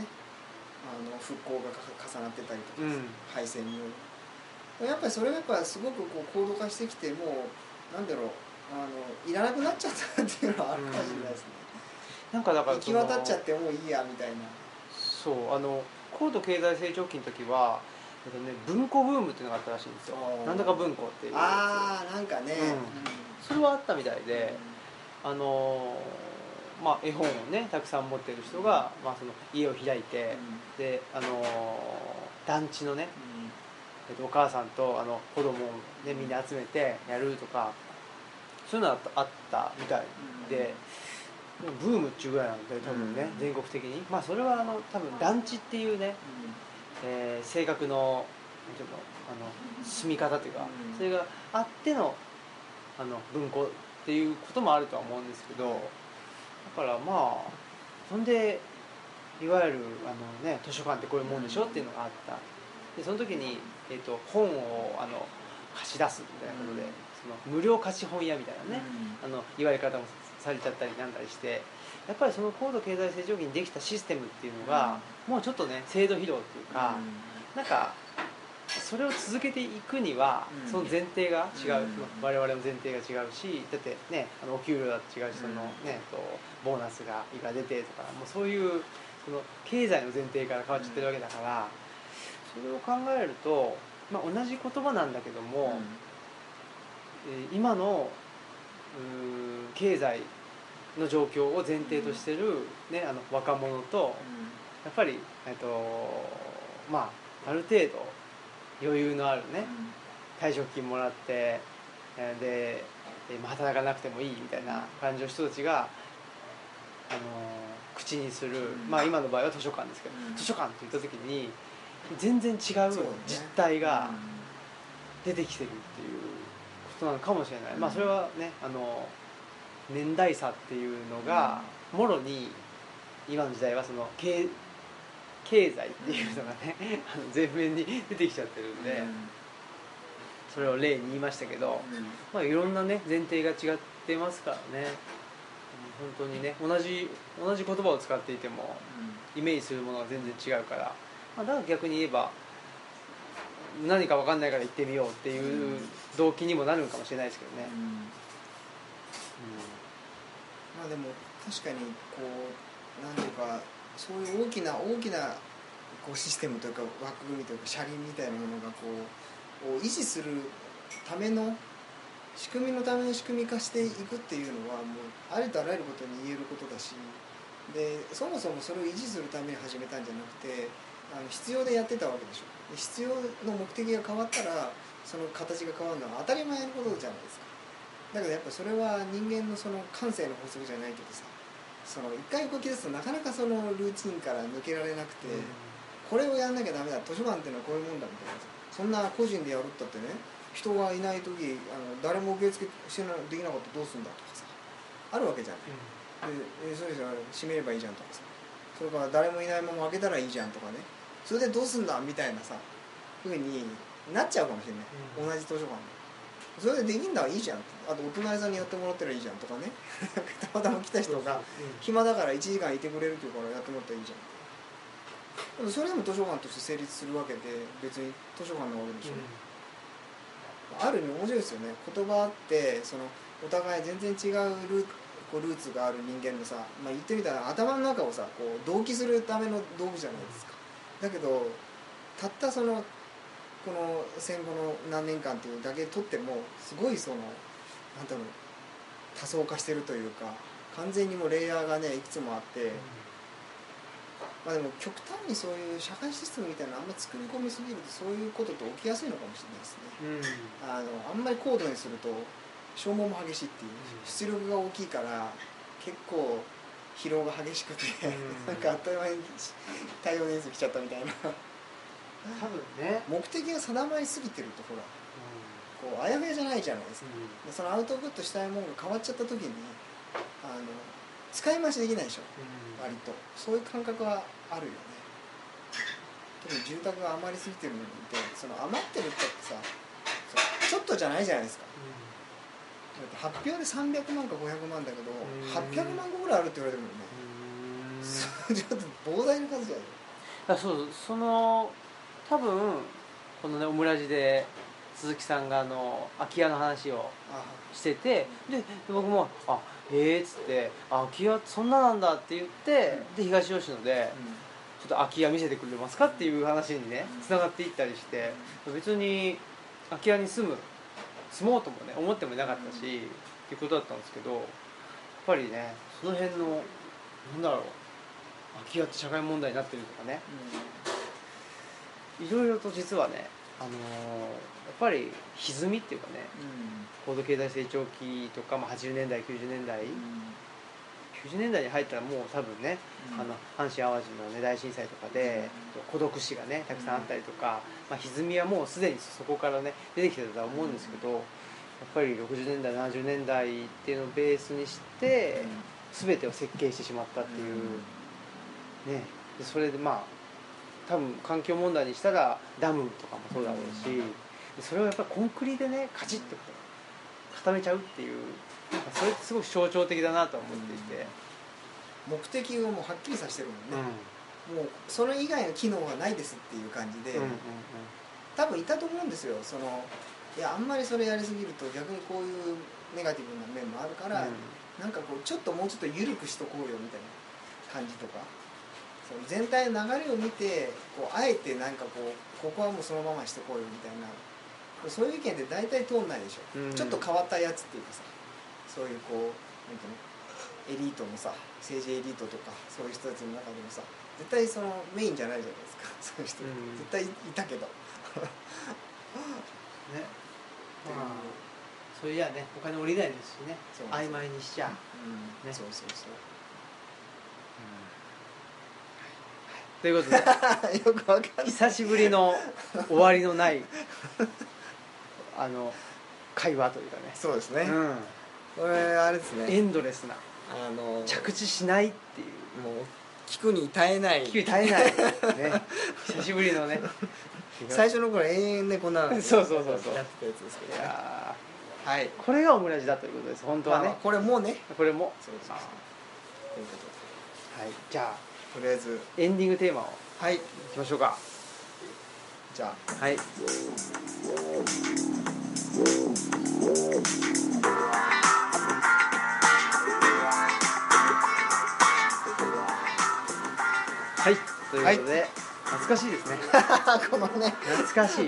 Speaker 2: あの復興がか重なってたりとかさ、
Speaker 1: うん
Speaker 2: 敗戦によるでもやっぱりそれがやっぱすごくこう高度化してきてもうなんだろうあのいらなくなっちゃったなっていうのはあるかもしれないですね、
Speaker 1: なんかだから
Speaker 2: 行
Speaker 1: そ
Speaker 2: き
Speaker 1: の
Speaker 2: 渡っちゃってもういいやみたいな
Speaker 1: そうあの高度経済成長期の時は、えっとね、文庫ブームっていうのがあったらしいんですよ
Speaker 2: あー
Speaker 1: なんだか文庫っていうやつ
Speaker 2: ああなんかね、
Speaker 1: それはあったみたいで、あのーまあ、絵本をねたくさん持ってる人が、まあ、その家を開いて、で、あのー団地のね、えっと、お母さんとあの子供を、ね、みんな集めてやるとかそういうのがあったあったみたいで、ブームっちゅうぐらいなんで多分ね、
Speaker 2: うん
Speaker 1: 全国的にまあそれはあの多分団地っていうねえー性格のちょっとあの住み方というか、
Speaker 2: うん
Speaker 1: それがあってのあの文庫っていうこともあるとは思うんですけどだからまあそんでいわゆるあの、ね、図書館ってこういうもんでしょっていうのがあったでその時に、えー、と本をあの貸し出すみたいなことで、
Speaker 2: うん
Speaker 1: その無料貸し本屋みたいなね、
Speaker 2: ね
Speaker 1: あの言われ方もされちゃったりなんだりしてやっぱりその高度経済成長期にできたシステムっていうのが、もうちょっとね制度疲労っていうか、なんかそれを続けていくには、
Speaker 2: うん
Speaker 1: その前提が違う、
Speaker 2: うん
Speaker 1: 我々の前提が違うしだってねあのお給料だって違うしその、
Speaker 2: うん
Speaker 1: ねとボーナスがいくら出てとかもうそういうその経済の前提から変わっちゃってるわけだから、それを考えると、まあ、同じ言葉なんだけども、えー今のうーん経済の状況を前提としてる、ね、あの若者とやっぱり、えっとまあ、ある程度余裕のあるね退職金もらってえーでえーまあ働かなくてもいいみたいな感じの人たちが、あのー口にする、
Speaker 2: うん
Speaker 1: まあ、今の場合は図書館ですけど、
Speaker 2: うん
Speaker 1: 図書館って言った時に全然違う実態が出てきてるっていうことなのかもしれない、まあ、それはねあの年代差っていうのがもろに今の時代はその経経済っていうのがねあの前面に出てきちゃってるんでそれを例に言いましたけど、まあ、いろんなね前提が違ってますからねうん本当にね同じ同じ言葉を使っていてもイメージするものが全然違うから、まあ、だから逆に言えば何か分かんないから行ってみようっていう動機にもなるのかもしれないですけどね、
Speaker 2: まあでも確かにこうなんていうかそういう大きな大きなこうシステムというか枠組みというか車輪みたいなものがこうを維持するための仕組みのための仕組み化していくっていうのはもうありとあらゆることに言えることだしでそもそもそれを維持するために始めたんじゃなくてあの必要でやってたわけでしょで必要の目的が変わったらその形が変わるのは当たり前のことじゃないですかだけどやっぱそれは人間のその感性の法則じゃないけどさその一回動き出すとなかなかそのルーチンから抜けられなくて、これをやんなきゃダメだ図書館ってのはこういうもんだみたいなさそんな個人でやるったってね人がいない時あの誰も受付してなできなかったらどうすんだとかさあるわけじゃんでえーそうですよ閉めればいいじゃんとかさそれから誰もいないまま開けたらいいじゃんとかねそれでどうすんだみたいなさふうになっちゃうかもしれない、同じ図書館でそれでできんだらいいじゃんあとお隣さんにやってもらったらいいじゃんとかね たまたま来た人が暇だから1時間いてくれるっていうからやってもらったらいいじゃんでもそれでも図書館として成立するわけで別に図書館なわけでしょ、ある意味面白いですよね言葉ってそのお互い全然違うルーこうルーツがある人間のさ、まあ、言ってみたら頭の中をさこう同期するための道具じゃないですかだけどたったそのこの戦後の何年間っていうだけとってもすごいそのなんだろう多層化してるというか完全にもうレイヤーがねいくつもあって、まあ、でも極端にそういう社会システムみたいなのあんま作り込みすぎるとそういうことって起きやすいのかもしれないですね
Speaker 1: うん
Speaker 2: あのあんまり高度にすると消耗も激しいっていう出力が大きいから結構疲労が激しくて、
Speaker 1: うん
Speaker 2: なんかあっという間に太陽年数来ちゃったみたいな
Speaker 1: 多分ね、
Speaker 2: 目的が定まりすぎてるとほらこうあやふやじゃないじゃないですか
Speaker 1: うん
Speaker 2: でそのアウトプットしたいものが変わっちゃった時にあの使い回しできないでしょ割とそういう感覚はあるよね特に住宅が余りすぎてるのってその余ってるってさそうちょっとじゃないじゃないですか
Speaker 1: う
Speaker 2: だって発表で300万か500万だけど
Speaker 1: ん
Speaker 2: 800万個ぐらいあるって言われてるもんね
Speaker 1: んうん
Speaker 2: それちょっと膨大な数じゃない
Speaker 1: だからそうその多分このねオムラジで鈴木さんがあの空き家の話を
Speaker 2: あ
Speaker 1: しててで僕も「あええ」っつって「あ空き家そんななんだ」って言ってで東吉野で「ち
Speaker 2: う
Speaker 1: ょっと空き家見せてくれますか?」っていう話にね
Speaker 2: うん
Speaker 1: つながっていったりして別に空き家に住む住もうともね思ってもいなかったし、っ
Speaker 2: う
Speaker 1: ていうことだったんですけどやっぱりねその辺のなんだろう空き家って社会問題になってるとかねいろいろと実はね、あのーやっぱり歪みっていうかね
Speaker 2: ん
Speaker 1: 高度経済成長期とか、まあ、80年代90年代、
Speaker 2: うんうん
Speaker 1: 90年代に入ったらもう多分ね、あの阪神・淡路の、ね、大震災とかで、孤独死がねたくさんあったりとか、まあ、歪みはもうすでにそこからね出てきてたとは思うんですけど、やっぱり60年代70年代っていうのをベースにして、全てを設計してしまったっていう。ね、でそれでまあ多分環境問題にしたらダムとかもそうだろうし、
Speaker 2: うん
Speaker 1: でそれをやっぱりコンクリでねカチッとこう固めちゃうっていうなんかそれってすごく象徴的だなとは思っていて、
Speaker 2: 目的をもうはっきりさせてるもん
Speaker 1: うん
Speaker 2: ね、もうそれ以外の機能はないですっていう感じで、
Speaker 1: うんうんうん
Speaker 2: 多分いたと思うんですよそのいやあんまりそれやりすぎると逆にこういうネガティブな面もあるから、なんかこうちょっともうちょっと緩くしとこうよみたいな感じとかそう全体の流れを見てこうあえてなんかこうここはもうそのままにしとこうよみたいなそういう意見って大体通んないでしょ、
Speaker 1: うん
Speaker 2: ちょっと変わったやつっていうかさそういうこうなんていうのエリートのさ政治エリートとかそういう人たちの中でもさ絶対そのメインじゃないじゃないですかそういう人、
Speaker 1: うん
Speaker 2: 絶対いたけど、
Speaker 1: ねまあそういやねお金降りないですしね
Speaker 2: そう
Speaker 1: 曖昧にしちゃう、
Speaker 2: うん
Speaker 1: ね
Speaker 2: そうそうそ
Speaker 1: ということで
Speaker 2: う よくわかんない
Speaker 1: 久しぶりの終わりのない あの会話というかね
Speaker 2: そうですね、
Speaker 1: うん
Speaker 2: これあれです
Speaker 1: エ
Speaker 2: ね
Speaker 1: ンドレスな
Speaker 2: あの
Speaker 1: 着地しないっていう
Speaker 2: もう聞くに耐えない
Speaker 1: 勢い耐えないね久しぶりのね
Speaker 2: 最初の頃永遠でこんな
Speaker 1: そ うそうそうそう
Speaker 2: やってたやつですけど
Speaker 1: い
Speaker 2: ね
Speaker 1: や
Speaker 2: はい
Speaker 1: ーこれがオムラジだということです本当
Speaker 2: ま
Speaker 1: は
Speaker 2: あ
Speaker 1: ね、
Speaker 2: まあこれもうね
Speaker 1: これも
Speaker 2: そうそうそうということ
Speaker 1: あはいじゃあ
Speaker 2: でとりあえず
Speaker 1: エンディングテーマを
Speaker 2: はい
Speaker 1: いきましょうか
Speaker 2: じゃあ
Speaker 1: はいはいということで、懐かしいですね
Speaker 2: このね
Speaker 1: 懐か し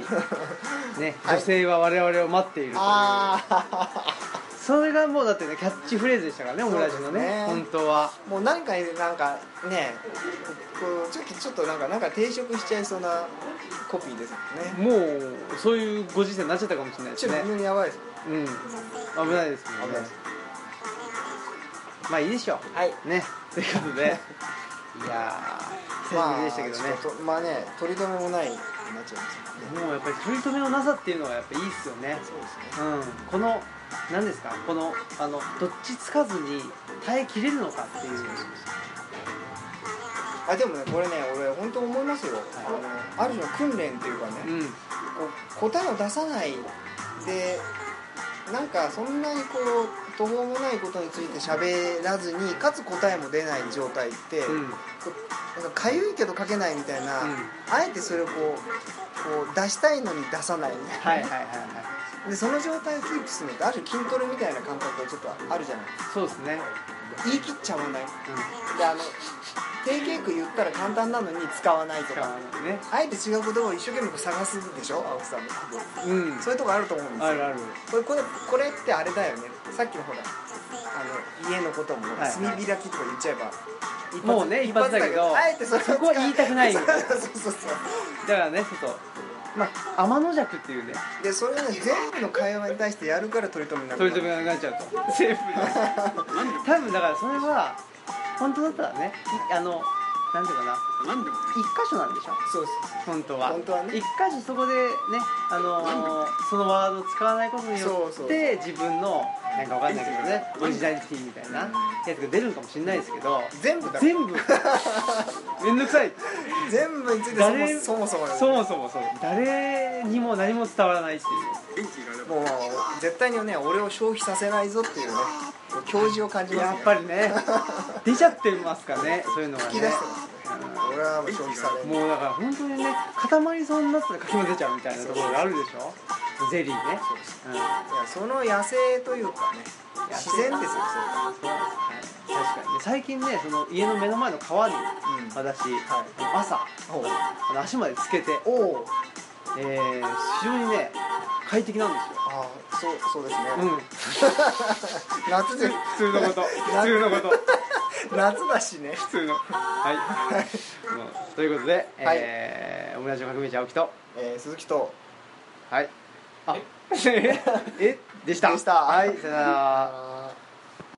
Speaker 1: いね、
Speaker 2: はい
Speaker 1: 女性は我々を待っているという
Speaker 2: ああ
Speaker 1: それがもうだってねキャッチフレーズでしたからねオムラジのね
Speaker 2: そうですね
Speaker 1: 本当は
Speaker 2: もうなんかなんかねこうちょっとちょっとなんかなんか抵触しちゃいそうなコピーですもんね
Speaker 1: もうそういうご時世になっちゃったかもしれないで
Speaker 2: ち
Speaker 1: す
Speaker 2: ょっと
Speaker 1: ね
Speaker 2: 微妙にやばいです
Speaker 1: うん危ないですもん
Speaker 2: 危
Speaker 1: ね
Speaker 2: ないです
Speaker 1: まあいいでしょ
Speaker 2: はいう
Speaker 1: ねということでいやー久しぶりでしたけどね
Speaker 2: まあちょっとまあね取り留めもないになっちゃいますもんね
Speaker 1: もうやっぱり取り留めのなさっていうのはやっぱいいっすよね
Speaker 2: そうですね
Speaker 1: うんこの何ですかこのあのどっちつかずに耐えきれるのかっていう
Speaker 2: あでもねこれね俺本当思いますよ、あのある種の訓練っていうかね、
Speaker 1: うん
Speaker 2: こう答えを出さないでなんかそんなにこう途方もないことについて喋らずにかつ答えも出ない状態って、
Speaker 1: うん
Speaker 2: こうなんかかゆいけど書けないみたいな、
Speaker 1: うん
Speaker 2: あえてそれをこうこう出したいのに出さないみた
Speaker 1: は
Speaker 2: いな、
Speaker 1: いはいはいはい
Speaker 2: でその状態をキープするのってある種筋トレみたいな感覚がちょっとあるじゃない
Speaker 1: そうですね、
Speaker 2: 言い切っちゃわない
Speaker 1: うん、
Speaker 2: であの定型句言ったら簡単なのに使わないと
Speaker 1: 使
Speaker 2: か
Speaker 1: わないね
Speaker 2: あえて違う言葉を一生懸命探すでしょ青木さんも
Speaker 1: うん
Speaker 2: そういうとこあると思うんですよ
Speaker 1: あるある
Speaker 2: これこれこれってあれだよねさっきのほらあの家のことも炭
Speaker 1: はい
Speaker 2: 開きとか言っちゃえば、一発
Speaker 1: もうね一発だけど
Speaker 2: あえてそれを使う
Speaker 1: そこは言いたくないみ
Speaker 2: そう
Speaker 1: たいな
Speaker 2: そうそうそう
Speaker 1: だからねちょっとまあ天の弱っていうね
Speaker 2: でそれをね全部の会話に対してやるから取り留めなくな
Speaker 1: 取り留
Speaker 2: る
Speaker 1: めがなくなっちゃうとセーフ 多分だからそれは本当だったらねいあのなんていうかな
Speaker 3: 何でも
Speaker 1: 一箇所なんでしょ
Speaker 2: そうそ
Speaker 1: 本当は
Speaker 2: 本当はね
Speaker 1: 一箇所そこでね、あの ー、そのワードを使わないことに
Speaker 2: そう
Speaker 1: よ
Speaker 2: そうそ
Speaker 1: っ
Speaker 2: う
Speaker 1: て自分のなんかわかんないけどねオリジナリティみたいな
Speaker 2: うん
Speaker 1: やつが出るのかもしれないですけど
Speaker 2: う全部だ
Speaker 1: 全 部めんどくさい
Speaker 2: 全部についてそも
Speaker 1: 誰
Speaker 2: そもそもよ
Speaker 1: そもそもそう誰にも何も伝わらないってい
Speaker 3: 元気があれば
Speaker 2: もう絶対にね俺を消費させないぞっていうね教示を感じ
Speaker 1: う
Speaker 2: ますね
Speaker 1: やっぱり ね出ちゃってますかねそういうのがね
Speaker 2: 引き出してますね俺はもう消費されない
Speaker 1: もうだから本当にね固まりそうになったらかき混ぜちゃうみたいなところがあるでしょゼリーね
Speaker 2: そうです
Speaker 1: うんはい
Speaker 2: いやその野生というかね
Speaker 1: 野生
Speaker 2: 自然ですよ
Speaker 1: 確かにね最近ねその家の目の前の川に
Speaker 2: それは
Speaker 1: 私、
Speaker 2: はい
Speaker 1: 朝
Speaker 2: うん
Speaker 1: あの足までつけて、
Speaker 2: おお
Speaker 1: えー、非常にね快適なんですよ
Speaker 2: ああそうそうですね、
Speaker 1: うん
Speaker 2: 夏で
Speaker 1: 普通の こと普通のこと
Speaker 2: 夏だしね
Speaker 1: 普通のはいもうということで、
Speaker 2: はい
Speaker 1: えー、オムラジオ革命者青木と
Speaker 2: えー、鈴木と
Speaker 1: はいあ えでした
Speaker 2: でした
Speaker 1: はいさよなら
Speaker 2: あー